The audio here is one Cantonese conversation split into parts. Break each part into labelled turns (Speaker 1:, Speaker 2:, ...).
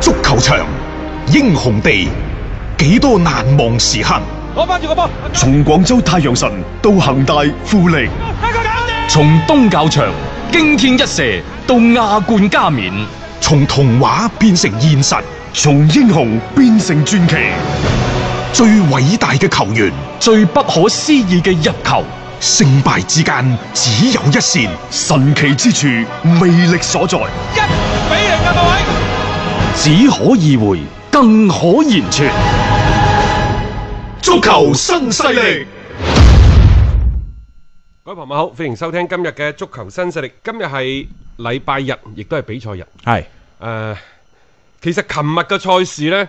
Speaker 1: 球場，英雄地，幾多難忘時刻。
Speaker 2: 攞翻住個波，
Speaker 1: 從廣州太陽神到恒大富力，
Speaker 2: 睇佢搞掂。
Speaker 3: 從東較場驚天一射到亞冠加冕，
Speaker 1: 從童話變成現實，
Speaker 4: 從英雄變成傳奇，
Speaker 1: 最偉大嘅球員，
Speaker 3: 最不可思議嘅入球，
Speaker 1: 勝敗之間只有一線。
Speaker 4: 神奇之處，魅力所在，
Speaker 2: 一比零啊，各位！
Speaker 3: 只可意會，更可言傳。
Speaker 1: 足球新勢力，
Speaker 2: 各位朋友好，歡迎收聽今日嘅足球新勢力。今日係禮拜日，亦都係比賽日。
Speaker 5: 係
Speaker 2: 誒、其實琴日嘅賽事呢，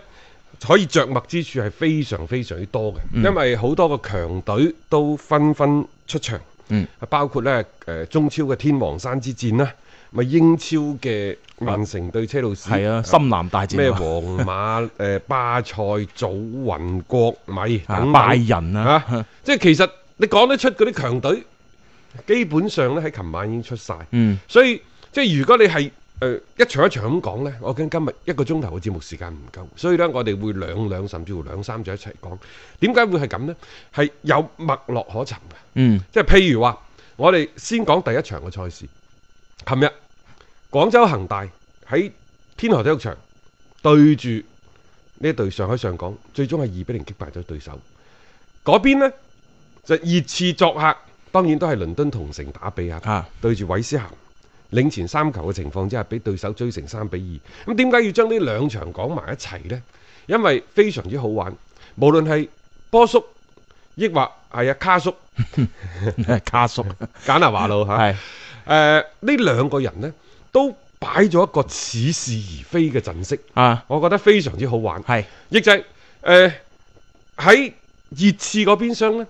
Speaker 2: 可以着墨之處係非常非常之多嘅，
Speaker 5: 嗯
Speaker 2: 因為好多個強隊都紛紛出場，啊
Speaker 5: 嗯
Speaker 2: 包括呢誒、中超嘅天王山之戰啦，咪英超嘅曼城對車路士，
Speaker 5: 係啊，深藍大戰
Speaker 2: 咩皇馬、誒、巴塞、祖雲、國米
Speaker 5: 啊
Speaker 2: 等等
Speaker 5: 拜仁啊
Speaker 2: 啊即係其實你講得出嗰啲強隊，基本上咧喺琴晚已經出晒。
Speaker 5: 嗯，
Speaker 2: 所以即係如果你係誒、呃一場一場咁講呢，我驚今日一個鐘頭嘅節目時間唔夠，所以呢，我哋會兩兩甚至乎兩三隻一齊講。點解會係咁呢？係有脈絡可尋嘅，
Speaker 5: 嗯
Speaker 2: 即係譬如話，我哋先講第一場嘅賽事，琴日廣州恒大喺天河體育場對住呢隊上海上港，最終係二比零擊敗咗對手。嗰邊呢，就熱刺作客，當然都係倫敦同城打比啊。
Speaker 5: 啊，
Speaker 2: 對住韋斯咸領前三球嘅情況之下，俾對手追成三比二。咁點解要將呢兩場講埋一齊呢？因為非常之好玩，無論係波叔，抑或係阿卡叔、
Speaker 5: 卡叔
Speaker 2: 簡拿華路嚇，誒
Speaker 5: 係
Speaker 2: 呢、兩個人呢，都擺咗一個似是而非嘅陣式，
Speaker 5: 啊，
Speaker 2: 我覺得非常之好玩。
Speaker 5: 係
Speaker 2: 亦就係誒喺熱刺嗰邊廂呢，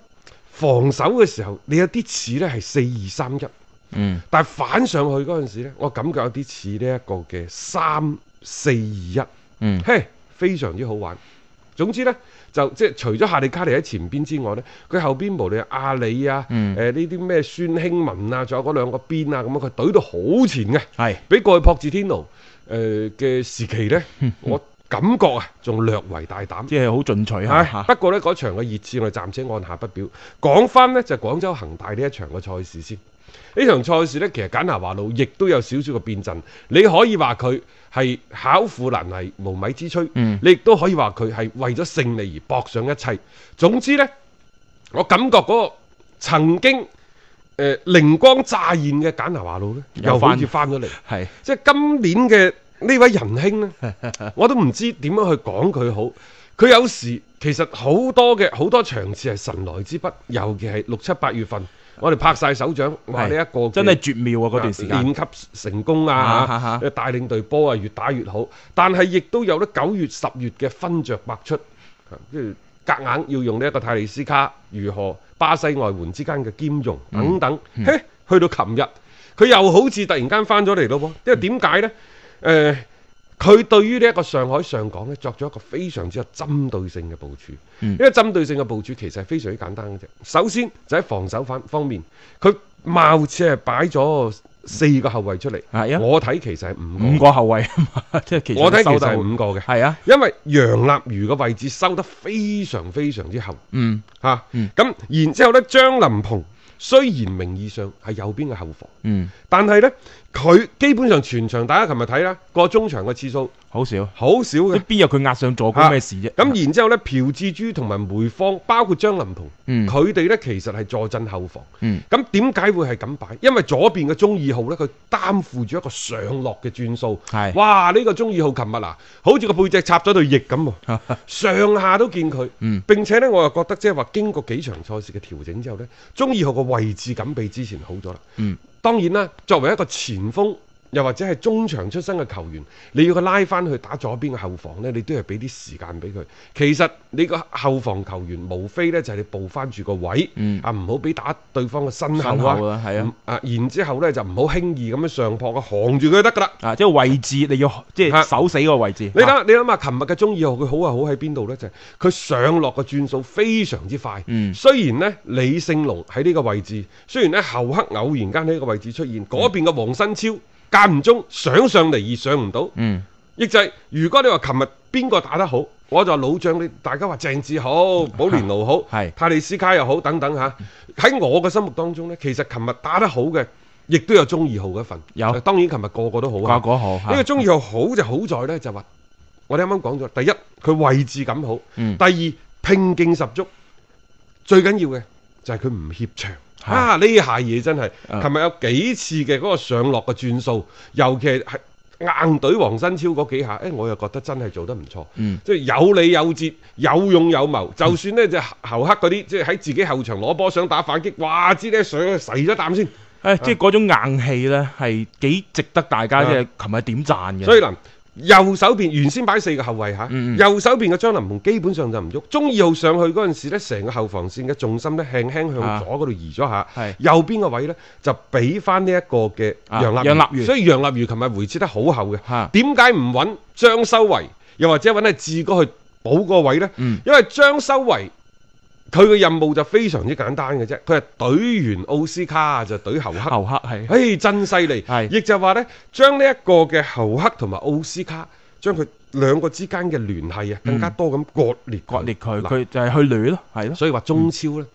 Speaker 2: 防守嘅時候，你有啲似呢係四二三一。
Speaker 5: 嗯
Speaker 2: 但係反上去嗰陣時咧，我感覺有啲似呢一個嘅三四二一，
Speaker 5: 嗯
Speaker 2: 嘿，非常之好玩。總之呢，就即係除咗夏利卡尼喺前邊之外呢，佢後邊無論係阿里啊，誒
Speaker 5: 嗯
Speaker 2: 呢啲咩孫興文啊，仲有嗰兩個邊啊，咁樣佢懟到好前嘅，
Speaker 5: 係
Speaker 2: 比過去博治天奴誒嘅時期呢，我感覺啊仲略為大膽。
Speaker 5: 即係好進取
Speaker 2: 唉
Speaker 5: 啊，
Speaker 2: 不過呢，嗰場嘅熱刺我哋暫且按下不表。講翻呢，就廣州恒大呢一場嘅賽事先。呢場賽事呢，其實簡拿華路亦都有少少嘅變陣。你可以話佢係巧婦難為無米之炊，
Speaker 5: 嗯
Speaker 2: 你亦都可以話佢係為咗勝利而搏上一切。總之呢，我感覺嗰個曾經誒靈、光乍現嘅簡拿華路呢，
Speaker 5: 又
Speaker 2: 又好似
Speaker 5: 返
Speaker 2: 翻咗嚟。
Speaker 5: 係
Speaker 2: 即係今年嘅呢位仁兄 呢，我都唔知點樣去講佢好。佢有時其實好多嘅好多場次係神來之筆，尤其係六七八月份，我哋拍晒手掌，話呢一個
Speaker 5: 真係絕妙啊！嗰段時間
Speaker 2: 練級成功啊，
Speaker 5: 啊
Speaker 2: 嚇
Speaker 5: 啊啊
Speaker 2: 帶領隊波啊越打越好。但係亦都有咧九月十月嘅分着百出，啊即係夾硬要用呢一個泰利斯卡如何巴西外援之間嘅兼容等
Speaker 5: 嗯
Speaker 2: 等。嘿，去到琴日，佢又好似突然間翻咗嚟咯喎，因為點解呢？誒、
Speaker 5: 嗯
Speaker 2: 佢對於呢一個上海上港咧，作咗一個非常之有針對性嘅部署。
Speaker 5: 嗯
Speaker 2: 呢個針對性嘅部署其實係非常之簡單嘅啫。首先就喺防守反方面，佢貌似係擺咗四個後衞出嚟，
Speaker 5: 係啊，
Speaker 2: 我睇其實係五
Speaker 5: 五
Speaker 2: 個。
Speaker 5: 個後衞啊嘛，即係其實
Speaker 2: 我睇
Speaker 5: 收
Speaker 2: 其實
Speaker 5: 得
Speaker 2: 係
Speaker 5: 好
Speaker 2: 五個嘅，
Speaker 5: 係啊，
Speaker 2: 因為楊立瑜嘅位置收得非常非常之後
Speaker 5: 嗯
Speaker 2: 嚇。
Speaker 5: 嗯
Speaker 2: 咁、然之後呢，張林鵬雖然名義上係右邊嘅後防，
Speaker 5: 嗯，
Speaker 2: 但係呢，佢基本上全場大家琴日睇啦，過中場嘅次數
Speaker 5: 好少，
Speaker 2: 好少
Speaker 5: 即
Speaker 2: 嘅
Speaker 5: 係。邊有佢壓上助攻咩事啫？
Speaker 2: 啊咁然之後呢，朴志洙同埋梅方，包括張林
Speaker 5: 嗯
Speaker 2: 鵬，佢哋呢其實係坐鎮後防。
Speaker 5: 嗯
Speaker 2: 咁點解會係咁擺？因為左邊嘅中二號呢，佢擔負住一個上落嘅轉數。
Speaker 5: 係
Speaker 2: 哇！呢、個中二號琴日啊，好似個背脊插咗對翼 咁喎，上下都見佢。
Speaker 5: 嗯
Speaker 2: 並且呢，我又覺得即係話經過幾場賽事嘅調整之後呢，中二號個位置感比之前好咗啦。
Speaker 5: 嗯，
Speaker 2: 當然啦，作為一個前鋒。又或者係中場出身嘅球員，你要佢拉翻去打左邊嘅後防呢，你都係俾啲時間俾佢。其實你個後防球員無非呢就係你步翻住個位，
Speaker 5: 嗯
Speaker 2: 啊唔好俾打對方嘅身
Speaker 5: 身
Speaker 2: 後
Speaker 5: 後
Speaker 2: 啊，
Speaker 5: 啊，係啊，
Speaker 2: 啊然之後呢就唔好輕易咁樣上撲啊，行住佢就得㗎啦。
Speaker 5: 啊，即係位置你要即
Speaker 2: 啊
Speaker 5: 係守死個位置。
Speaker 2: 你
Speaker 5: 啊
Speaker 2: 諗你諗下，琴日嘅中二號佢好啊好喺邊度呢？就係、佢上落嘅轉數非常之快。
Speaker 5: 嗯
Speaker 2: 雖然呢，李勝龍喺呢個位置，雖然呢，侯克偶然間喺呢個位置出現，嗰邊嘅黃新超間唔中想上嚟而上唔到，
Speaker 5: 嗯
Speaker 2: 亦就係、如果你話琴日邊個打得好，我就話老將你大家話鄭智 好、保連奴好、
Speaker 5: 係
Speaker 2: 泰利斯卡又好等等嚇。喺我嘅心目當中呢，其實琴日打得好嘅，亦都有中二號嘅份。
Speaker 5: 有
Speaker 2: 當然琴日個個都好啊。
Speaker 5: 掛果好哦嚇
Speaker 2: 呢個中二號好就好在呢，就話我哋啱啱講咗，第一佢位置感好，
Speaker 5: 嗯
Speaker 2: 第二拼勁十足，最緊要嘅就係佢唔怯場。
Speaker 5: 係
Speaker 2: 啊！呢下嘢真係，
Speaker 5: 啊
Speaker 2: 琴日有幾次嘅嗰個上落嘅轉數，尤其係硬隊黃新超嗰幾下，誒、我又覺得真係做得唔錯。
Speaker 5: 嗯
Speaker 2: 即係有理有節，有勇有謀。就算呢，就侯克嗰啲，即係喺自己後場攞波想打反擊，哇！知呢上去洗咗啖先。
Speaker 5: 誒，哎即係嗰種硬氣咧，係幾值得大家
Speaker 2: 啊
Speaker 5: 即係琴日點讚嘅。
Speaker 2: 所以嗱，右手邊原先擺四個後衞嚇，
Speaker 5: 嗯嗯
Speaker 2: 右手邊嘅張林鵬基本上就唔喐。中二號上去嗰陣時咧，成個後防線嘅重心咧輕輕向
Speaker 5: 啊
Speaker 2: 左嗰度移咗下，
Speaker 5: 係
Speaker 2: 右邊個位咧就俾翻呢一個嘅
Speaker 5: 啊
Speaker 2: 楊立
Speaker 5: 楊立瑜
Speaker 2: 所以楊立瑜琴日回撤得好後嘅
Speaker 5: 嚇，
Speaker 2: 點解唔揾張修維，又或者揾阿志哥去補個位呢？
Speaker 5: 嗯
Speaker 2: 因為張修維。佢嘅任務就非常之簡單嘅啫，佢係隊完奧斯卡就隊侯克，
Speaker 5: 侯克係
Speaker 2: 唉，真犀利！
Speaker 5: 係
Speaker 2: 亦就話呢，將呢一個嘅侯克同埋奧斯卡，將佢兩個之間嘅聯繫啊，更加多咁割裂
Speaker 5: 嗯割裂佢，
Speaker 2: 嗱
Speaker 5: 佢就係去攣咯，係咯。
Speaker 2: 所以話中超呢，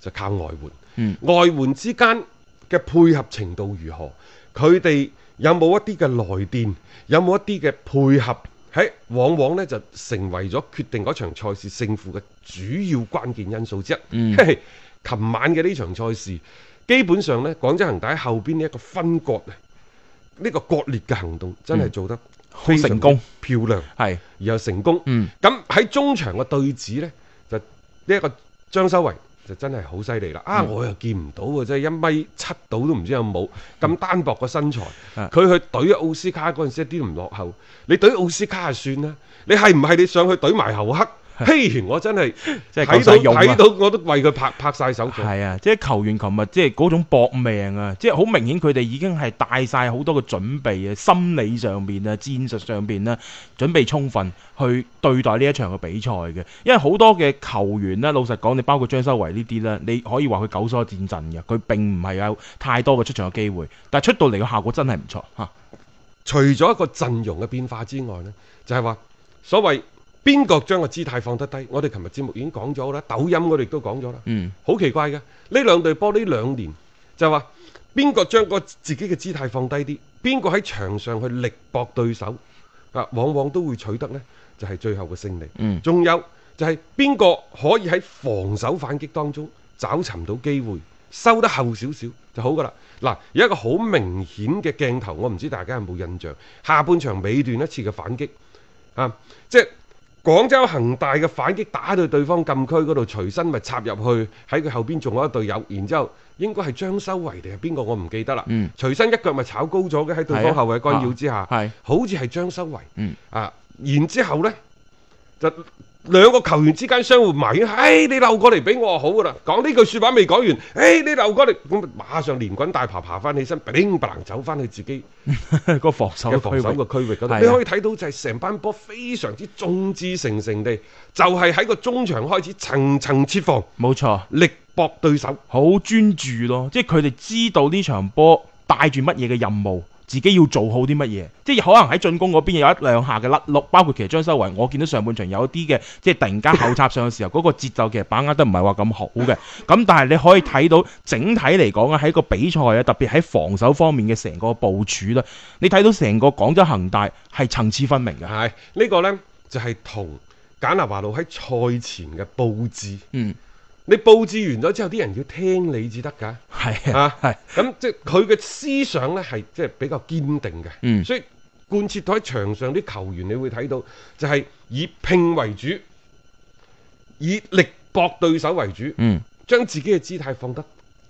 Speaker 2: 就靠外援，
Speaker 5: 嗯
Speaker 2: 外援之間嘅配合程度如何，佢哋有冇一啲嘅來電，有冇一啲嘅配合，喺往往呢就成為咗決定嗰場賽事勝負嘅主要關鍵因素之一。
Speaker 5: 嗯
Speaker 2: 嘿嘿琴晚嘅呢場賽事，基本上呢，廣州恒大喺後邊呢一個分割啊，呢、個割裂嘅行動真係做得
Speaker 5: 嗯好
Speaker 2: 非常之
Speaker 5: 成功
Speaker 2: 漂亮。
Speaker 5: 係
Speaker 2: 而又成功。
Speaker 5: 嗯
Speaker 2: 咁喺中場嘅對峙呢，就呢一個張修維就真係好犀利啦！啊，
Speaker 5: 嗯
Speaker 2: 我又見唔到喎，真係一米七到都唔知有冇咁單薄嘅身材。
Speaker 5: 嗯啊
Speaker 2: 佢去懟奧斯卡嗰陣時一啲都唔落後，你懟奧斯卡就算啦，你係唔係你上去懟埋侯克？嘿，我真係
Speaker 5: 啊 真係
Speaker 2: 睇
Speaker 5: 夠晒
Speaker 2: 到
Speaker 5: 用啊
Speaker 2: 睇到我都為佢拍拍晒手掌。
Speaker 5: 係啊，即係球員琴日即係嗰種搏命啊，即係好明顯佢哋已經係帶晒好多嘅準備啊，心理上面啊，戰術上面啦，準備充分去對待呢一場嘅比賽嘅。因為好多嘅球員啊呢，老實講，你包括張修維呢啲呢，你可以話佢久疏戰陣嘅，佢並唔係有太多嘅出場嘅機會，但係出到嚟嘅效果真係唔錯啊嚇。
Speaker 2: 除咗一個陣容嘅變化之外呢就係、話所謂邊個將個姿態放得低，我哋琴日節目已經講咗啦，抖音我哋亦都講咗啦。
Speaker 5: 嗯，
Speaker 2: 好奇怪嘅，呢兩隊波呢兩年就係話邊個將個自己嘅姿態放低啲，邊個喺場上去力搏對手啊，往往都會取得呢就係、最後嘅勝利。
Speaker 5: 嗯
Speaker 2: 仲有就係邊個可以喺防守反擊當中找尋到機會，收得後少少就好噶啦。嗱，有一個好明顯嘅鏡頭，我唔知大家有冇印象，下半場尾段一次嘅反擊啊，即係。廣州恒大嘅反擊打到對方禁區嗰度，隨身咪插入去，喺佢後邊仲有一隊友，然之後應該係張修維定係邊個我唔記得啦。
Speaker 5: 嗯
Speaker 2: 隨身一腳咪炒高咗嘅，喺對
Speaker 5: 係啊
Speaker 2: 方後衞干擾之下，
Speaker 5: 係
Speaker 2: 好似係張修維。
Speaker 5: 嗯
Speaker 2: 啊，然之後呢，就兩個球員之間相互埋怨，唉、你漏過嚟俾我就好噶啦。講呢句説話未講完，唉、你漏過嚟，咁啊馬上連滾帶爬爬翻起身，乒唪唥走翻去自己
Speaker 5: 個防守
Speaker 2: 嘅防
Speaker 5: 嘅
Speaker 2: 守
Speaker 5: 區域
Speaker 2: 嘅區域嗰
Speaker 5: 係
Speaker 2: 度，
Speaker 5: 啊
Speaker 2: 你可以睇到就係成班波非常之眾志成城地，就係喺個中場開始層層設防，
Speaker 5: 冇錯。
Speaker 2: 力搏對手。
Speaker 5: 好專注咯，即係佢哋知道呢場波帶住乜嘢嘅任務，自己要做好啲乜嘢，即係可能喺進攻嗰邊有一兩下嘅甩碌，包括其實張修維，我見到上半場有啲嘅，即係突然間後插上嘅時候，嗰、個節奏其實把握得唔係話咁好嘅，咁但係你可以睇到整體嚟講啊，喺個比賽啊，特別喺防守方面嘅成個部署啦，你睇到成個廣州恒大係層次分明嘅，
Speaker 2: 係呢個呢，就係同簡拿華路喺賽前嘅佈置。
Speaker 5: 嗯，
Speaker 2: 你佈置完咗之後，啲人要聽你至得㗎。
Speaker 5: 係啊
Speaker 2: 啊，，
Speaker 5: 係，
Speaker 2: 咁即係佢嘅思想呢，係即係比較堅定嘅，
Speaker 5: 嗯
Speaker 2: 所以貫徹到喺場上啲球員，你會睇到就係以拼為主，以力搏對手為主，
Speaker 5: 嗯，
Speaker 2: 將自己嘅姿態放得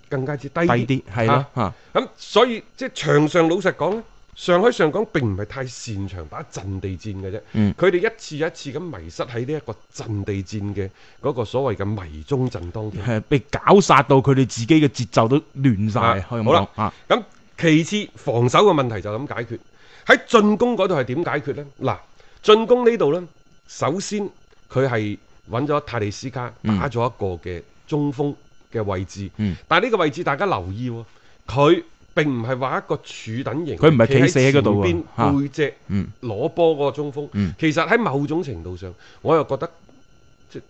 Speaker 2: 更加之低
Speaker 5: 低
Speaker 2: 啲
Speaker 5: 啲係咯
Speaker 2: 啊
Speaker 5: 嚇，
Speaker 2: 咁所以即係場上老實講咧，上海上港並唔係太擅長打陣地戰嘅啫。
Speaker 5: 嗯
Speaker 2: 佢哋一次又一次咁迷失喺呢一個陣地戰嘅嗰個所謂嘅迷蹤陣當中。
Speaker 5: 係呃被搞殺到佢哋自己嘅節奏都亂晒，
Speaker 2: 啊
Speaker 5: 可以咁
Speaker 2: 好啦
Speaker 5: 講啊。
Speaker 2: 咁其次防守嘅問題就咁解決。喺進攻嗰度係點解決呢？嗱，進攻呢度呢，首先佢係揾咗泰利斯卡
Speaker 5: 嗯
Speaker 2: 打咗一個嘅中鋒嘅位置，
Speaker 5: 嗯
Speaker 2: 但係呢個位置大家留意喎，佢並唔係話一個柱等型，
Speaker 5: 佢唔係企死喺嗰度啊
Speaker 2: 前
Speaker 5: 嚇
Speaker 2: 邊背脊
Speaker 5: 嗯
Speaker 2: 攞波嗰個中鋒。
Speaker 5: 嗯
Speaker 2: 其實喺某種程度上，我又覺得即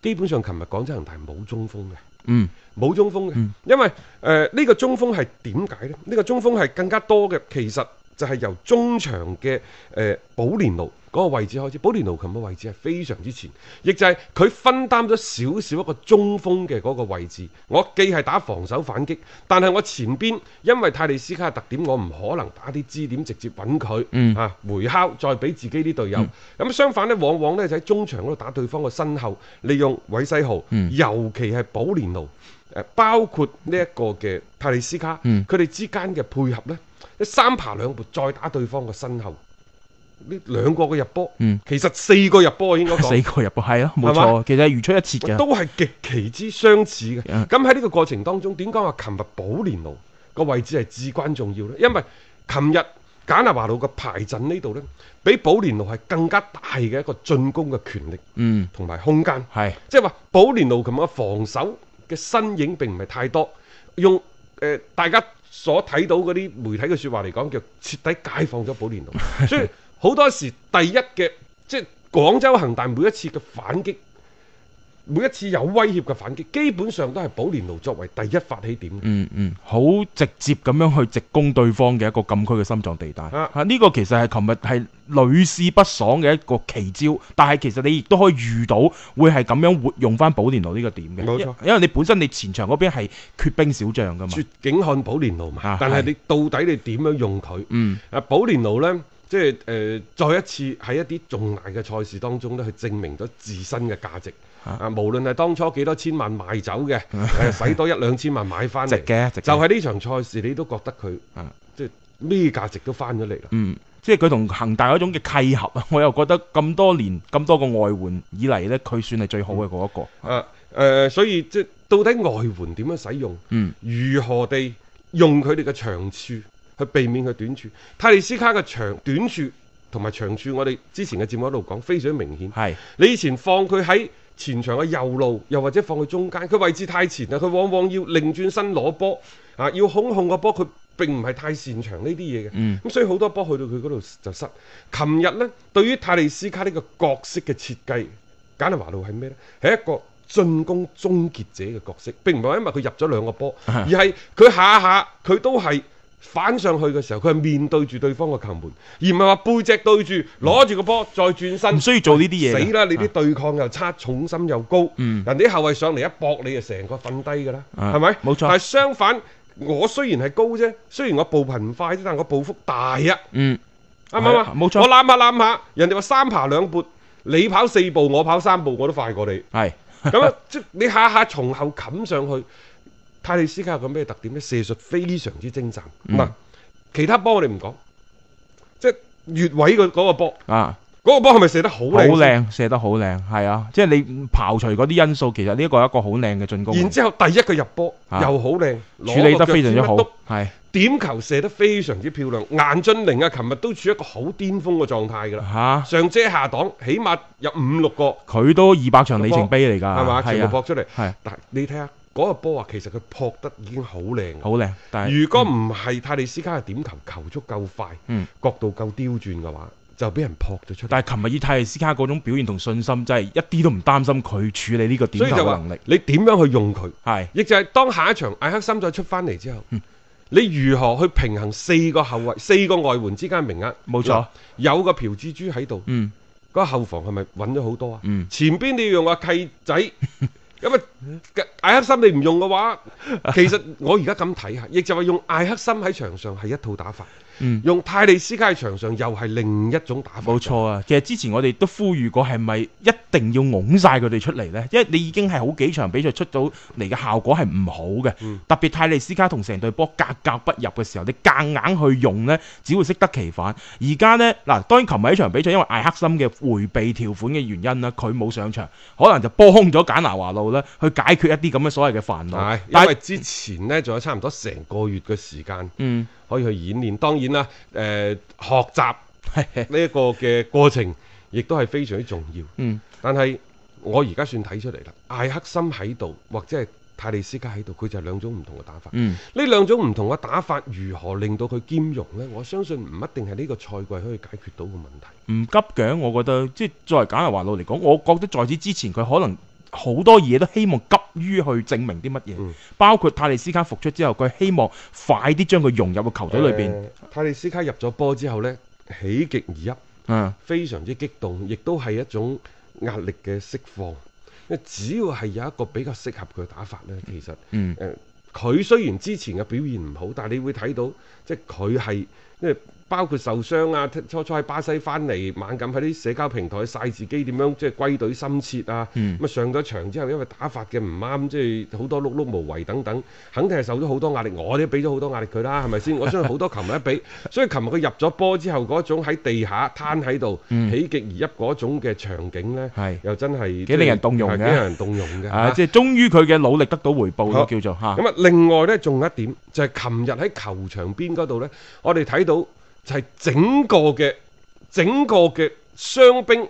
Speaker 2: 基本上，琴日廣州恒大冇中鋒嘅。
Speaker 5: 嗯
Speaker 2: 冇中鋒嘅，
Speaker 5: 嗯
Speaker 2: 因為誒呢、個中鋒係點解呢？呢、個中鋒係更加多嘅，其實就係由中場嘅誒、呃保連奴嗰個位置開始，保連奴琴嘅位置係非常之前，亦就係佢分擔咗少少一個中鋒嘅嗰個位置。我既係打防守反擊，但係我前邊因為泰利斯卡嘅特點，我唔可能打啲支點直接揾佢、
Speaker 5: 嗯
Speaker 2: 啊回敲，再俾自己啲隊友。咁、相反呢，往往呢就喺中場嗰度打對方嘅身後，利用韋世豪，
Speaker 5: 嗯
Speaker 2: 尤其係保連奴。誒呃包括呢一個嘅泰利斯卡，
Speaker 5: 嗯
Speaker 2: 佢哋、之間嘅配合呢，一三爬兩撥再打對方嘅身後，呢兩個嘅入波，
Speaker 5: 嗯
Speaker 2: 其實四個入波應該
Speaker 5: 四
Speaker 2: 講。
Speaker 5: 個入波係咯，冇
Speaker 2: 係
Speaker 5: 錯，其實係如出一轍嘅。
Speaker 2: 都係極其之相似嘅。
Speaker 5: 嗯
Speaker 2: 咁喺呢個過程當中，點解話琴日保連奴個位置係至關重要呢？因為琴日簡拿華路嘅排陣呢度呢，比保連奴係更加大嘅一個進攻嘅權力
Speaker 5: 嗯
Speaker 2: 同埋空間。
Speaker 5: 係
Speaker 2: 即係話保連奴琴嘅防守嘅身影並唔係太多，用誒、呃大家所睇到嗰啲媒體嘅説話嚟講，叫徹底解放咗保連奴。所以好多時第一嘅即係廣州恒大每一次嘅反擊，每一次有威脅嘅反擊，基本上都係保連奴作為第一發起點。
Speaker 5: 嗯嗯，好直接咁樣去直攻對方嘅一個禁區嘅心臟地帶。
Speaker 2: 啊
Speaker 5: 啊，呢個其實係琴日係屢試不爽嘅一個奇招，但係其實你亦都可以預到會係咁樣活用翻保連奴呢個點嘅。
Speaker 2: 冇錯
Speaker 5: 因，因為你本身你前場嗰邊係缺兵少將噶嘛。
Speaker 2: 絕境看保連奴嘛
Speaker 5: 嗯啊，
Speaker 2: 但係
Speaker 5: 係
Speaker 2: 你到底你點樣用佢？
Speaker 5: 嗯
Speaker 2: 啊，保連奴呢，即係誒、呃再一次喺一啲重大嘅賽事當中呢，去證明咗自身嘅價值。
Speaker 5: 啊
Speaker 2: 啊，無論係當初幾多千萬賣走嘅，誒使多一兩千萬買翻
Speaker 5: 值
Speaker 2: 嚟，
Speaker 5: 嘅值嘅
Speaker 2: 就係呢場賽事，你都覺得佢
Speaker 5: 啊
Speaker 2: 即係咩價值都翻咗嚟啦。
Speaker 5: 嗯。即係佢同恒大嗰種嘅契合啊，我 又覺得咁多年咁多個外援以嚟呢，佢算係最好嘅嗰一個。
Speaker 2: 啊，誒、所以即係到底外援點樣使用？
Speaker 5: 嗯，
Speaker 2: 如何地用佢哋嘅長處去避免佢短處？泰利斯卡嘅長短處同埋長處，我哋之前嘅節目一路講非常明顯。
Speaker 5: 係
Speaker 2: 你以前放佢喺前場嘅右路，又或者放佢中間，佢位置太前啦，啊佢往往要擰轉身攞波啊，要控控個波，佢並唔係太擅長呢啲嘢嘅。咁、
Speaker 5: 嗯
Speaker 2: 所以好多波去到佢嗰度就失。琴日呢，對於泰利斯卡呢個角色嘅設計，簡尼華路係咩呢？係一個進攻終結者嘅角色，並唔係因為佢入咗兩個波，而係佢下下佢都係。反上去嘅時候，佢係面對住對方嘅球門，而唔係話背脊對住攞住個波再轉身
Speaker 5: 唔。需要做呢啲嘢嘅。啊
Speaker 2: 死啦！你啲對抗又差，重心又高，
Speaker 5: 嗯
Speaker 2: 人哋啲後衞上嚟一搏，你就成個瞓低㗎啦，
Speaker 5: 啊
Speaker 2: 係咪？
Speaker 5: 冇錯
Speaker 2: 但係相反，我雖然係高啫，雖然我步頻快啫，但我步幅大啊，
Speaker 5: 嗯
Speaker 2: 啱唔啱啊
Speaker 5: 係？冇錯
Speaker 2: 我攬下攬下，人哋話三爬兩撥，你跑四步，我跑三步，我都快過你。
Speaker 5: 係
Speaker 2: 咁 啊，即係你下下從後冚上去，泰利斯卡有個咩特點呢？射術非常之精湛。
Speaker 5: 嗯
Speaker 2: 嗱、其他波我哋唔講，即係越位嘅嗰個波，
Speaker 5: 啊。
Speaker 2: 嗰、個波係咪射得好
Speaker 5: 好
Speaker 2: 靚先？
Speaker 5: 靚，射得好靚，係啊！即係你刨除嗰啲因素，其實呢一個係一個好靚嘅進攻，
Speaker 2: 然
Speaker 5: 處
Speaker 2: 之後第一個入波
Speaker 5: 啊
Speaker 2: 又好靚，攞
Speaker 5: 理
Speaker 2: 個腳
Speaker 5: 得非常之
Speaker 2: 尖一
Speaker 5: 好
Speaker 2: 篤，
Speaker 5: 係
Speaker 2: 點球射得非常之漂亮。顏俊寧啊，琴日都處於一個好巔峰嘅狀態㗎啦，
Speaker 5: 嚇
Speaker 2: 上遮下擋，起碼有五六個
Speaker 5: 佢都二百場里程碑嚟㗎，
Speaker 2: 係嘛，
Speaker 5: 係
Speaker 2: 全
Speaker 5: 啊
Speaker 2: 部撲出嚟。
Speaker 5: 係
Speaker 2: 但係你睇下嗰個波啊，其實佢撲得已經好靚㗎。
Speaker 5: 好嗯靚，但係
Speaker 2: 如果唔係泰利斯卡嘅點球球速夠快，
Speaker 5: 嗯
Speaker 2: 角度夠刁鑽嘅話，就俾人撲咗出嚟。
Speaker 5: 但係琴日以泰利斯卡嗰種表現同信心，真係一啲都唔擔心佢處理呢個
Speaker 2: 所
Speaker 5: 點
Speaker 2: 以
Speaker 5: 球
Speaker 2: 就
Speaker 5: 嘅
Speaker 2: 話
Speaker 5: 能力，
Speaker 2: 你點樣去用佢？
Speaker 5: 係
Speaker 2: 亦就係當下一場艾克森再出翻嚟之後，
Speaker 5: 嗯
Speaker 2: 你如何去平衡四個後衞、四個外援之間嘅名額？
Speaker 5: 冇錯
Speaker 2: 嗱，有個朴志洙喺度，嗰、
Speaker 5: 嗯
Speaker 2: 個後防係咪揾咗好多啊？
Speaker 5: 嗯
Speaker 2: 前邊你要用阿契 仔，咁啊艾克森你唔用嘅話，其實我而家咁睇啊下，亦就係用艾克森喺場上係一套打法，
Speaker 5: 嗯
Speaker 2: 用泰利斯卡喺場上又係另一種打法。
Speaker 5: 冇錯啊！其實之前我哋都呼籲過，係咪一定要拱晒佢哋出嚟呢？因為你已經係好幾場比賽出到嚟嘅效果係唔好嘅，
Speaker 2: 嗯
Speaker 5: 特別泰利斯卡同成隊波格格不入嘅時候，你夾硬去用呢，只會適得其反。而家呢，嗱，當然琴日呢場比賽因為艾克森嘅迴避條款嘅原因啦，佢冇上場，可能就幫咗簡拿華路啦，去解決一啲咁嘅所謂嘅煩惱
Speaker 2: 係，。因
Speaker 5: 但
Speaker 2: 為之前呢，仲有差唔多成個月嘅時間。
Speaker 5: 嗯，
Speaker 2: 可以去演練。當然啦，誒、學 習呢一個嘅過程，亦都係非常之重要。
Speaker 5: 嗯，
Speaker 2: 但係我而家算睇出嚟啦，艾克森喺度，或者係泰利斯卡喺度，佢就係兩種唔同嘅打法。
Speaker 5: 嗯，
Speaker 2: 呢兩種唔同嘅打法，如何令到佢兼容呢？我相信唔一定係呢個賽季可以解決到嘅問題。
Speaker 5: 唔急嘅，我覺得即係作為簡拿華路嚟講，我覺得在此之前佢可能好多嘢都希望急於去證明啲乜嘢，
Speaker 2: 嗯
Speaker 5: 包括泰利斯卡復出之後，佢希望快啲將佢融入個球隊裏邊。
Speaker 2: 呃泰利斯卡入咗波之後呢，喜極而泣，
Speaker 5: 嗯
Speaker 2: 非常之激動，亦都係一種壓力嘅釋放。因為只要係有一個比較適合佢嘅打法呢，其實
Speaker 5: 嗯
Speaker 2: 誒，呃佢、雖然之前嘅表現唔好，但係你會睇到，即係佢係因為包括受傷啊，初初喺巴西翻嚟，猛咁喺啲社交平台晒自己點樣即係歸隊心切啊，咁啊、
Speaker 5: 嗯
Speaker 2: 上咗場之後，因為打法嘅唔啱，即係好多碌碌無為等等，肯定係受咗好多壓力。我哋都俾咗好多壓力佢啦， 係咪先？我相信好多球迷都俾，所以琴日佢入咗波之後嗰種喺地下攤喺度、
Speaker 5: 嗯
Speaker 2: 喜極而泣嗰種嘅場景呢，
Speaker 5: 係
Speaker 2: 又真係
Speaker 5: 幾令人動容嘅
Speaker 2: 係幾令人動容嘅
Speaker 5: 啊，
Speaker 2: 嚇
Speaker 5: 即係終於佢嘅努力得到回報
Speaker 2: 好
Speaker 5: 咯，叫做嚇。
Speaker 2: 咁啊，另外呢，仲有一點就係琴日喺球場邊嗰度呢，我哋睇到就係整個嘅整個嘅傷兵，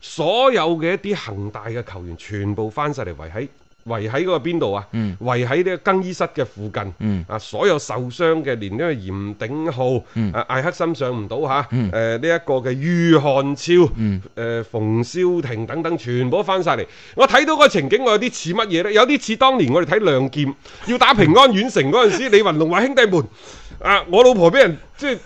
Speaker 2: 所有嘅一啲恒大嘅球員全部翻晒嚟圍喺圍喺嗰個邊度啊，
Speaker 5: 嗯
Speaker 2: 圍喺呢個更衣室嘅附近。
Speaker 5: 嗯
Speaker 2: 啊！所有受傷嘅，連呢個嚴鼎浩、
Speaker 5: 嗯
Speaker 2: 啊艾克森上唔到嚇，誒
Speaker 5: 嗯
Speaker 2: 呢一個嘅於漢超、
Speaker 5: 嗯
Speaker 2: 誒、馮瀟霆等等，全部都翻晒嚟。我睇到個情景，我有啲似乜嘢呢？有啲似當年我哋睇《亮劍》要打平安縣城嗰陣時，李雲龍話兄弟們。啊！我老婆俾人即係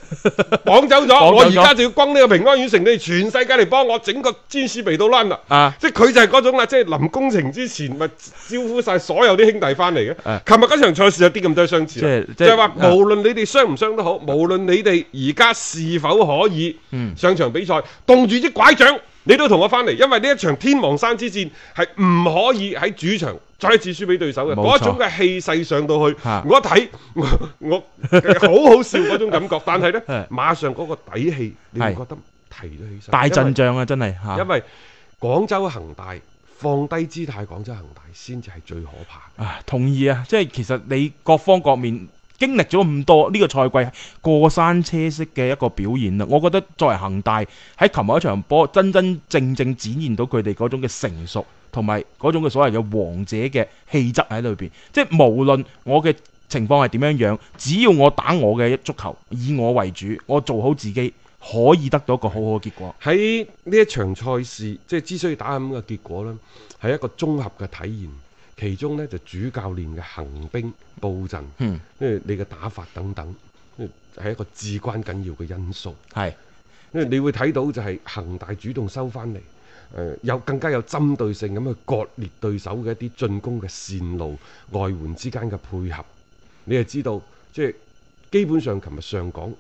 Speaker 2: 綁走咗，
Speaker 5: 綁
Speaker 2: 我而
Speaker 5: 走咗
Speaker 2: 家就要轟呢個平安縣城，你哋全世界嚟幫我整個詹士鼻到攣啦！
Speaker 5: 啊
Speaker 2: 即係佢就係嗰種啦，即係臨工程之前咪招呼晒所有啲兄弟翻嚟嘅。
Speaker 5: 啊
Speaker 2: 琴日嗰場賽事有啲咁多相似啦，
Speaker 5: 即
Speaker 2: 就
Speaker 5: 係啊
Speaker 2: 係話
Speaker 5: 即係
Speaker 2: 無論你哋傷唔傷都好，無論你哋而家是否可以
Speaker 5: 嗯
Speaker 2: 上場比賽，凍住啲拐杖，你都同我翻嚟，因為呢一場天王山之戰係唔可以喺主場再一次輸俾對手嘅，
Speaker 5: 冇
Speaker 2: 嗰
Speaker 5: 錯
Speaker 2: 種嘅氣勢上到去
Speaker 5: 嚇，
Speaker 2: 我一睇我我好好笑嗰種感覺，但係呢，
Speaker 5: 係
Speaker 2: 馬上嗰個底氣，你會
Speaker 5: 係
Speaker 2: 覺得提咗起身，
Speaker 5: 大
Speaker 2: 因為
Speaker 5: 陣仗啊，真係嚇。
Speaker 2: 因為廣州恒大放低姿態，廣州恒大先至係最可怕嘅。
Speaker 5: 啊，同意啊！即係其實你各方各面經歷咗咁多呢、個賽季過山車式嘅一個表現啦，我覺得作為恒大喺琴日一場波真真正正展現到佢哋嗰種嘅成熟同埋嗰種嘅所謂嘅王者嘅氣質喺裏邊。即係無論我嘅情況係點樣樣，只要我打我嘅足球，以我為主，我做好自己，可以得到一個好好嘅結果。
Speaker 2: 喺呢一場賽事，即係之所以打咁嘅結果呢，係一個綜合嘅體現。其中呢，就主教練嘅行兵布陣，
Speaker 5: 嗯，
Speaker 2: 因為你嘅打法等等，係一個至關緊要嘅因素。
Speaker 5: 係
Speaker 2: 因為你會睇到就係恒大主動收翻嚟，誒、有更加有針對性咁去割裂對手嘅一啲進攻嘅線路、外援之間嘅配合，你就知道即係基本上琴日上講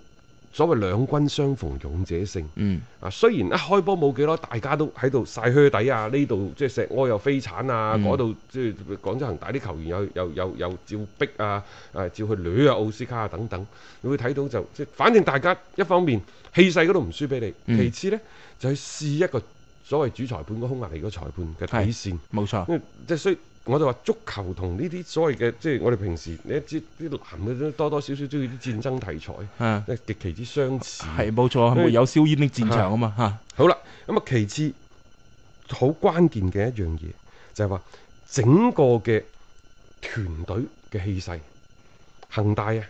Speaker 2: 所謂兩軍相逢勇者勝。
Speaker 5: 嗯
Speaker 2: 啊，雖然一開波冇幾耐，大家都喺度晒靴底啊，呢度即係石屙又飛鏟啊，
Speaker 5: 嗯
Speaker 2: 嗰度即係廣州恒大啲球員又又又又照逼啊，誒照去掠啊奧斯卡啊等等，你會睇到就即係反正大家一方面氣勢嗰度唔輸俾你，
Speaker 5: 嗯
Speaker 2: 其次呢，就去試一個所謂主裁判個匈牙利個裁判嘅底線。
Speaker 5: 冇錯，
Speaker 2: 因為即係所以我就話足球同呢啲所謂嘅即係我哋平時你一知啲男嘅都多多少少中意啲戰爭題材，
Speaker 5: 嗯，
Speaker 2: 即係極其之相似。
Speaker 5: 係冇錯，沒有硝煙的戰場啊嘛嚇。
Speaker 2: 好啦，咁啊，其次好關鍵嘅一樣嘢就係、話整個嘅團隊嘅氣勢，恒大啊，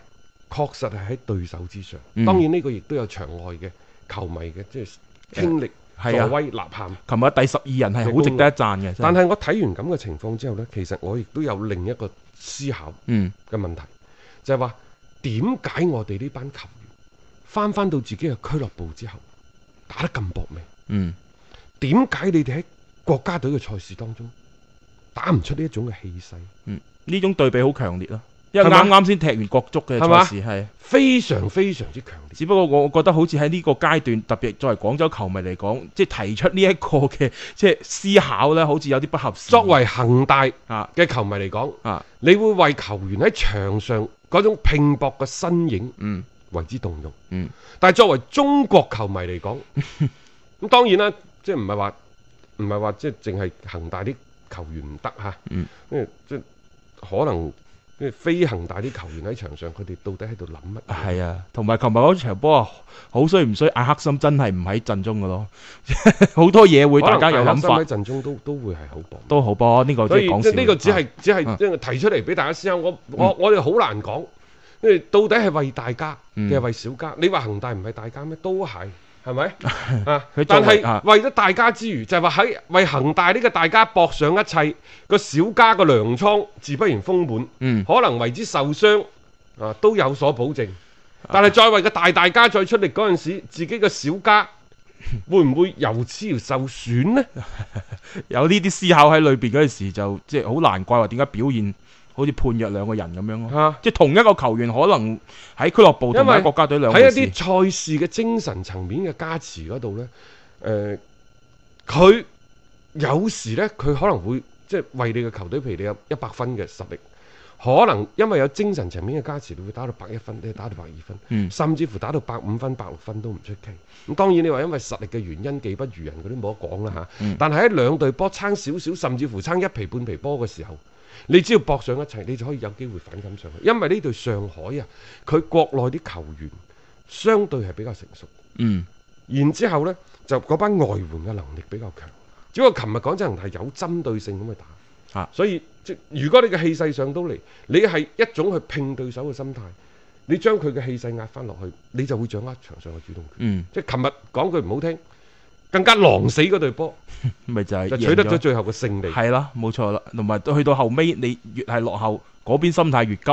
Speaker 2: 確實係喺對手之上。
Speaker 5: 嗯
Speaker 2: 當然呢個亦都有場外嘅球迷嘅即係傾力、
Speaker 5: 係啊
Speaker 2: 助威、吶喊。
Speaker 5: 琴日第十二人係好值得一讚嘅，
Speaker 2: 但
Speaker 5: 係
Speaker 2: 係我睇完咁嘅情況之後呢，其實我亦都有另一個思考
Speaker 5: 嗯
Speaker 2: 嘅問題，就係話點解我哋呢班球員翻翻到自己嘅俱樂部之後打得咁搏命？
Speaker 5: 嗯
Speaker 2: 點解你哋喺國家隊嘅賽事當中打唔出呢一種嘅氣勢？
Speaker 5: 嗯，呢種對比好強烈咯，因為
Speaker 2: 係嘛
Speaker 5: 啱啱先踢完國足嘅
Speaker 2: 係嘛
Speaker 5: 賽事係，
Speaker 2: 非常非常之強烈。
Speaker 5: 只不過我覺得好似喺呢個階段，特別作為廣州球迷嚟講，即係提出呢一個嘅 即係思考咧，好似有啲不合時宜
Speaker 2: 作為恒大
Speaker 5: 啊
Speaker 2: 嘅球迷嚟講，
Speaker 5: 啊
Speaker 2: 你會為球員喺場上嗰種拼搏嘅身影
Speaker 5: 嗯
Speaker 2: 為之動容。
Speaker 5: 嗯
Speaker 2: 但係作為中國球迷嚟 講，咁當然啦，即係唔係話唔係話即係淨係恒大啲球員唔得嚇，
Speaker 5: 嗯
Speaker 2: 因為即係可能跟住非恒大啲球員喺場上，佢哋到底喺度諗乜嘢？
Speaker 5: 系啊，同埋琴日嗰場波啊，好衰唔衰？艾克森真係唔喺陣中嘅咯， 好多嘢會大家有
Speaker 2: 可
Speaker 5: 諗
Speaker 2: 能艾克
Speaker 5: 法
Speaker 2: 森喺陣中都都會係好薄。
Speaker 5: 都好噃。呢、個
Speaker 2: 所
Speaker 5: 即
Speaker 2: 以
Speaker 5: 係講
Speaker 2: 即係
Speaker 5: 笑
Speaker 2: 呢個只
Speaker 5: 啊嗯
Speaker 2: 係只係
Speaker 5: 啊
Speaker 2: 即係提出嚟俾大家思考。我我我哋好難講，因為到底係為大家
Speaker 5: 嗯
Speaker 2: 定係為小家？你話恒大唔係大家咩？都係。係 咪啊
Speaker 5: 佢？作
Speaker 2: 但
Speaker 5: 為
Speaker 2: 係
Speaker 5: 啊
Speaker 2: 為咗大家之餘，就係話喺為恒大呢個大家搏上一切，個小家個糧倉自不然豐滿，
Speaker 5: 嗯
Speaker 2: 可能為之受傷啊，都有所保證。
Speaker 5: 啊
Speaker 2: 但係再為個大大家再出力嗰陣時，自己個小家會唔會由此而受損呢？
Speaker 5: 有呢啲思考喺裏邊嗰陣時，就即係好難怪話點解表現好似判若兩個人咁樣咯。
Speaker 2: 啊
Speaker 5: 即係同一個球員可能喺俱樂部同
Speaker 2: 因為
Speaker 5: 埋喺國家隊兩
Speaker 2: 喺
Speaker 5: 回
Speaker 2: 一
Speaker 5: 事。
Speaker 2: 啲賽事嘅精神層面嘅加持嗰度呢，誒、佢有時呢，佢可能會即係為你嘅球隊，譬如你有一百分嘅實力，可能因為有精神層面嘅加持，你會打到百一分，你打到百二分，
Speaker 5: 嗯
Speaker 2: 甚至乎打到百五分、百六分都唔出奇。咁當然你話因為實力嘅原因技不如人嗰啲冇得講啦嚇，
Speaker 5: 嗯
Speaker 2: 但係喺兩隊波差少少，甚至乎差一皮半皮波嘅時候。你只要搏上一齊，你就可以有機會反感上去。因為呢隊上海啊，佢國內啲球員相對係比較成熟，
Speaker 5: 嗯，
Speaker 2: 然之後呢，就嗰班外援嘅能力比較強。只不過琴日廣州恒大有針對性咁去打，
Speaker 5: 啊
Speaker 2: 所以即如果你嘅氣勢上到嚟，你係一種去拼對手嘅心態，你將佢嘅氣勢壓翻落去，你就會掌握場上嘅主動權。
Speaker 5: 嗯，
Speaker 2: 即係琴日講句唔好聽，更加狼死嗰隊波，
Speaker 5: 咪就係
Speaker 2: 就取得
Speaker 5: 贏
Speaker 2: 咗最後嘅勝利。
Speaker 5: 係啦，冇錯啦，同埋去到後尾，你越係落後，嗰邊心態越急，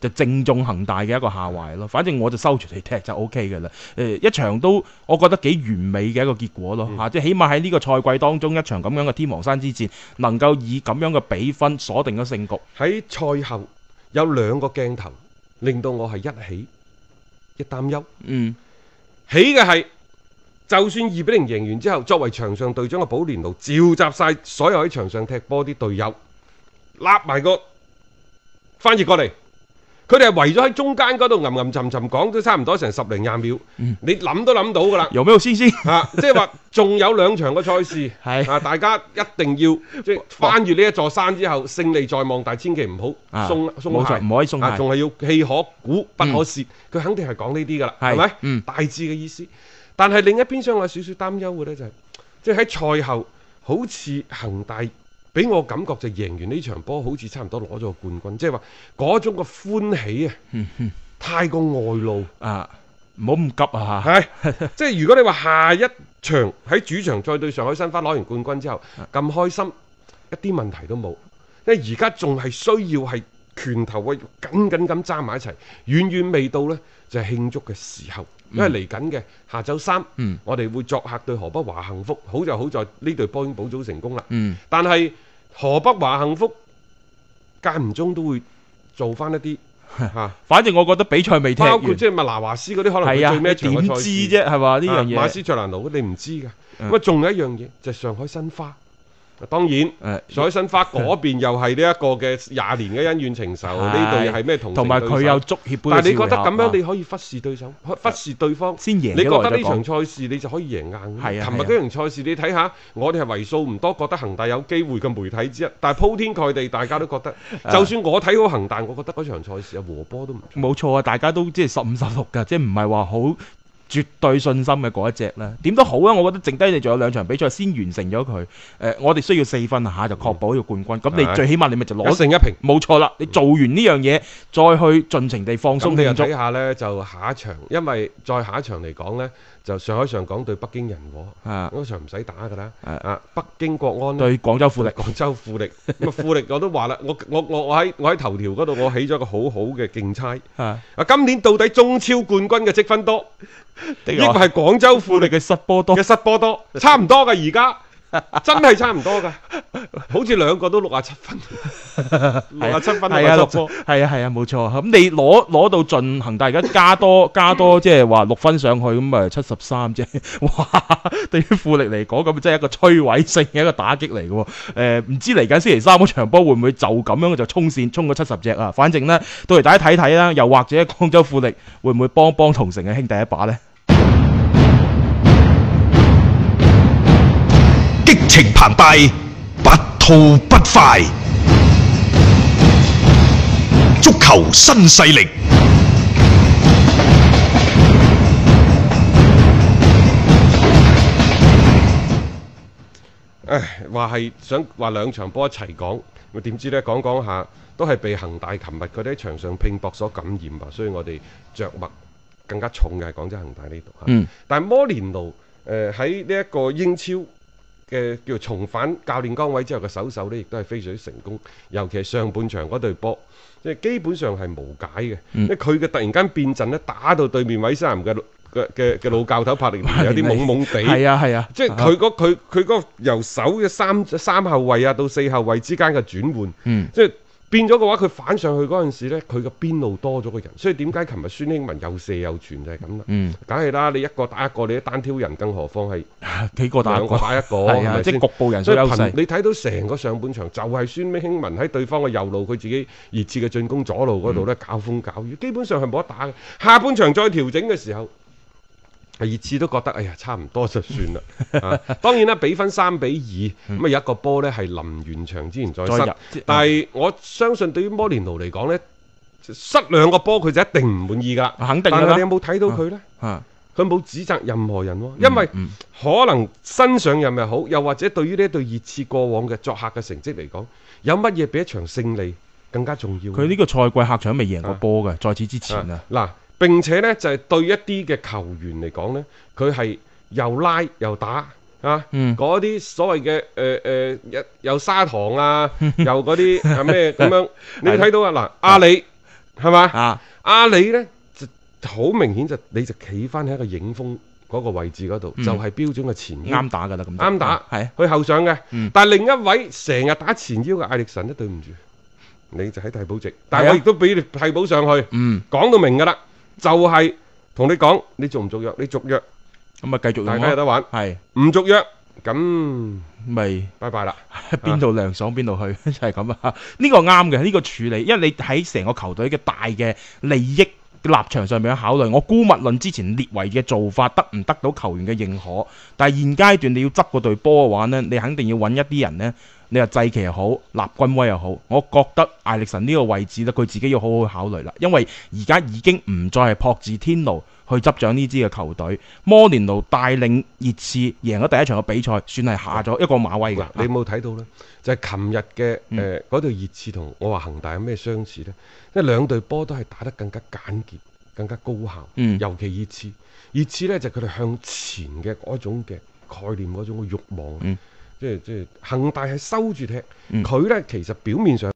Speaker 5: 就正中恒大嘅一個下懷咯。反正我就收住嚟踢就 O K 嘅啦。誒、一場都我覺得幾完美嘅一個結果
Speaker 2: 嗯
Speaker 5: 咯嚇、即係起碼喺呢個賽季當中一場咁樣嘅天王山之戰，能夠以咁樣嘅比分鎖定咗勝局。
Speaker 2: 喺賽後有兩個鏡頭令到我係一喜一擔憂。
Speaker 5: 嗯，
Speaker 2: 喜嘅係，就算二比零贏完之後，作為場上隊長嘅保連奴召集晒所有喺場上踢波啲隊友，立埋個翻譯過嚟。佢哋係圍咗喺中間嗰度，吟吟沉沉講咗差唔多成十零廿秒，你諗都諗到㗎啦。
Speaker 5: 由咩先先？
Speaker 2: 啊，即係話仲有兩場嘅賽事，
Speaker 5: 係
Speaker 2: 啊，大家一定要即係翻越呢一座山之後，勝利在望，但係千祈唔好
Speaker 5: 啊
Speaker 2: 鬆
Speaker 5: 冇
Speaker 2: 鬆
Speaker 5: 錯
Speaker 2: 懈，
Speaker 5: 唔可以鬆懈嗯
Speaker 2: 啊仲係要氣可鼓不可泄，佢肯定係講呢啲㗎啦，
Speaker 5: 係
Speaker 2: 係咪？
Speaker 5: 嗯
Speaker 2: 大致嘅意思。但係另一邊廂我有少少擔憂嘅呢，就係即係喺賽後好似恒大。俾我感覺就贏完呢場波，好似差唔多攞咗個冠軍，即係話嗰種嘅歡喜啊，
Speaker 5: 嗯
Speaker 2: 太過外露。
Speaker 5: 啊，唔好咁急啊嚇！
Speaker 2: 係， 即係如果你話下一場喺主場再對上海申花攞完冠軍之後
Speaker 5: 啊
Speaker 2: 咁開心，一啲問題都冇，因為而家仲係需要係拳頭喂緊緊咁揸埋一齊，遠遠未到呢就係、慶祝嘅時候。因為嚟緊嘅下晝三，
Speaker 5: 嗯
Speaker 2: 我哋會作客對河北華幸福，好就好在呢隊波已經保組成功啦。
Speaker 5: 嗯，
Speaker 2: 但係河北華幸福間唔中都會做翻一 啲嚇，
Speaker 5: 反正我覺得比賽未踢
Speaker 2: 包
Speaker 5: 完，
Speaker 2: 括即係麥拿華斯嗰啲可能佢
Speaker 5: 係啊，
Speaker 2: 最尾
Speaker 5: 你
Speaker 2: 一場
Speaker 5: 點
Speaker 2: 嘅賽
Speaker 5: 知
Speaker 2: 事
Speaker 5: 啫係嘛？呢
Speaker 2: 啊
Speaker 5: 樣
Speaker 2: 馬
Speaker 5: 嘢
Speaker 2: 斯卓蘭奴你唔知㗎。
Speaker 5: 嗯
Speaker 2: 咁啊，仲有一樣嘢就係上海申花。當然，
Speaker 5: 誒
Speaker 2: 上海申花嗰邊又係呢一個嘅廿年嘅恩怨情仇，呢度又係咩同城
Speaker 5: 同埋
Speaker 2: 對
Speaker 5: 佢
Speaker 2: 手
Speaker 5: 有足協杯嘅
Speaker 2: 但係你
Speaker 5: 次回
Speaker 2: 覺得咁
Speaker 5: 合啊
Speaker 2: 樣你可以忽視對手，忽忽視對方
Speaker 5: 先贏
Speaker 2: 你
Speaker 5: 幾耐
Speaker 2: 覺得
Speaker 5: 再
Speaker 2: 呢
Speaker 5: 講
Speaker 2: 場賽事你就可以贏硬嘅？
Speaker 5: 係啊
Speaker 2: 琴日
Speaker 5: 係
Speaker 2: 嗰場賽事你睇下，我哋係為數唔多覺得恒大有機會嘅媒體之一，但 係鋪天蓋地大家都覺得，
Speaker 5: 啊
Speaker 2: 就算我睇好恒大，我覺得嗰場賽事啊和波都唔錯。
Speaker 5: 冇錯啊，大家都即係十五十六㗎，即係唔係話好絕對信心嘅嗰一隻啦。點都好啊，我覺得剩低你仲有兩場比賽先完成咗佢。誒、我哋需要四分啊下就確保呢個冠軍。咁、
Speaker 2: 係
Speaker 5: 你最起碼你咪就
Speaker 2: 啊一
Speaker 5: 攞
Speaker 2: 勝一平。
Speaker 5: 冇錯啦。你做完呢樣嘢，再去盡情地放
Speaker 2: 咁
Speaker 5: 鬆
Speaker 2: 你又
Speaker 5: 慶祝
Speaker 2: 睇。下呢，就下一場，因為再下一場嚟講呢，就上海上港對北京人和，
Speaker 5: 啊
Speaker 2: 嗰場唔使打㗎啦。
Speaker 5: 啊
Speaker 2: 啊，北京國安呢
Speaker 5: 對廣州富力，
Speaker 2: 廣州富力，咁啊富力我都話啦，我我我我喺我喺頭條嗰度，我起咗個好好嘅競猜。
Speaker 5: 啊，
Speaker 2: 啊，今年到底中超冠軍嘅積分多，抑
Speaker 5: 抑
Speaker 2: 或
Speaker 5: 或
Speaker 2: 係
Speaker 5: 係
Speaker 2: 廣州富
Speaker 5: 富力
Speaker 2: 力嘅
Speaker 5: 嘅 失波多
Speaker 2: 嘅，失波多？差唔多㗎，而家。真係差唔多㗎，好似兩個都六啊七 分，六啊七分
Speaker 5: 係
Speaker 2: 六
Speaker 5: 啊，六
Speaker 2: 啊七波。
Speaker 5: 係啊，係啊，冇錯。咁你攞攞到盡恒大而家 加多加多，即係話六分上去，咁啊七十三啫。 哇！對於富力嚟講，咁真係一個摧毀性嘅一個打擊嚟嘅喎。誒、唔知嚟緊星期三嗰場波會唔會就咁樣就衝線衝咗七十隻啊？反正呢，到嚟大家睇睇啦。又或者廣州富力會唔會幫幫同城嘅兄弟一把呢？
Speaker 1: 激情澎湃，不吐不快。足球新勢力。
Speaker 2: 唉，話係想話兩場波一齊講，咁點知呢？講講下都係被恒大琴日佢哋喺場上拼搏所感染啊，所以我哋着墨更加重嘅係廣州恒大呢度嚇。
Speaker 5: 嗯
Speaker 2: 但係摩連奴誒喺呢一個英超嘅叫重返教練崗位之後嘅首秀呢，亦都係非常之成功，尤其係上半場嗰隊波。即係基本上係無解嘅，因為佢嘅突然間變陣咧，打到對面韋斯咸嘅嘅嘅嘅老教頭帕利尼有啲懵懵地。
Speaker 5: 係啊係啊，
Speaker 2: 即係佢嗰佢佢嗰個由守嘅三三後衞啊到四後衞之間嘅轉換，
Speaker 5: 嗯
Speaker 2: 即係變咗嘅話，佢反上去嗰陣時咧，佢嘅邊路多咗個人，所以點解琴日孫興文又射又傳就係咁啦。
Speaker 5: 嗯，
Speaker 2: 梗係啦，你一個打一個，你都單挑人，更何況係
Speaker 5: 幾個打一
Speaker 2: 兩
Speaker 5: 個
Speaker 2: 個，打一個，
Speaker 5: 係啊，
Speaker 2: 咪
Speaker 5: 即
Speaker 2: 先
Speaker 5: 係局部人數
Speaker 2: 所以
Speaker 5: 優
Speaker 2: 憑
Speaker 5: 勢。
Speaker 2: 你睇到成個上半場就係孫興文喺對方嘅右路，佢自己熱切嘅進攻左路嗰度
Speaker 5: 嗯
Speaker 2: 咧，搞風搞雨，基本上係冇得打嘅。下半場再調整嘅時候，係熱刺都覺得哎呀差唔多就算 啦。啊、當然啦，比分三比二，咁啊有一個波呢係臨完場之前再
Speaker 5: 嗯再入
Speaker 2: 失，
Speaker 5: 即係嗯
Speaker 2: 但係我相信對於摩連奴嚟講呢，失兩個波佢就一定唔滿意㗎。
Speaker 5: 肯啊定
Speaker 2: 但
Speaker 5: 㗎
Speaker 2: 係你有
Speaker 5: 啦，
Speaker 2: 冇睇到佢呢？
Speaker 5: 啊，
Speaker 2: 佢冇指責任何人喎，因為
Speaker 5: 嗯
Speaker 2: 可能新上任又好，又或者對於呢隊熱刺過往嘅作客嘅成績嚟講，有乜嘢比一場勝利更加重要呢？
Speaker 5: 佢呢個賽季客場未贏過
Speaker 2: 嗯啊
Speaker 5: 波嘅，在此之前啊
Speaker 2: 啊，嗱、並且呢，就係、對一啲嘅球員嚟講呢，佢係又拉又打啊，
Speaker 5: 嗯
Speaker 2: 嗰啲、所謂嘅呃誒誒又又砂糖 啊，又嗰啲係咩咁樣，你睇到啊嗱，阿里係嘛？
Speaker 5: 啊，
Speaker 2: 阿里呢，就好明顯就你就企翻喺一個影鋒嗰個位置嗰度，
Speaker 5: 嗯
Speaker 2: 就係標準嘅前腰
Speaker 5: 啱打㗎啦，咁就
Speaker 2: 啱打
Speaker 5: 係啊
Speaker 2: 去後上嘅。
Speaker 5: 嗯
Speaker 2: 但係另一位成日打前腰嘅艾力神呢，對唔住，你就喺替補席，但
Speaker 5: 係
Speaker 2: 係
Speaker 5: 啊
Speaker 2: 我亦都俾你替補上去，
Speaker 5: 嗯，
Speaker 2: 講到明㗎啦，就係、同你講，你續唔續約？你續約，
Speaker 5: 咁啊繼續
Speaker 2: 大家有
Speaker 5: 用
Speaker 2: 得
Speaker 5: 咯，
Speaker 2: 玩；
Speaker 5: 係
Speaker 2: 唔續約，咁
Speaker 5: 咪？
Speaker 2: 拜拜啦。
Speaker 5: 邊度涼爽邊度去， 就係咁啊！呢個啱嘅，呢個處理，因為你喺成個球隊嘅大嘅利益立場上面去考慮，我姑勿論之前列維嘅做法得唔得到球員嘅認可，但係現階段你要執嗰隊波嘅話呢，你肯定要揾一啲人呢。你話祭旗又好，立軍威又好，我覺得艾力神呢個位置呢，佢自己要好好考慮啦，因為而家已經唔再係朴字天奴去執掌呢支嘅球隊，摩連奴帶領熱刺贏咗第一場嘅比賽，算係下咗一個馬威㗎嗯
Speaker 2: 嗱，。你有冇睇到呢？就係琴日嘅誒嗰隊熱刺同我話恒大有咩相似呢？即係兩隊波都係打得更加簡潔、更加高效，
Speaker 5: 嗯
Speaker 2: 尤其熱刺。熱刺呢，就佢哋向前嘅嗰種嘅概念、嗰種嘅慾望，啊
Speaker 5: 嗯
Speaker 2: 即係即係恒大係收住踢。
Speaker 5: 嗯
Speaker 2: 佢呢，其實表面上。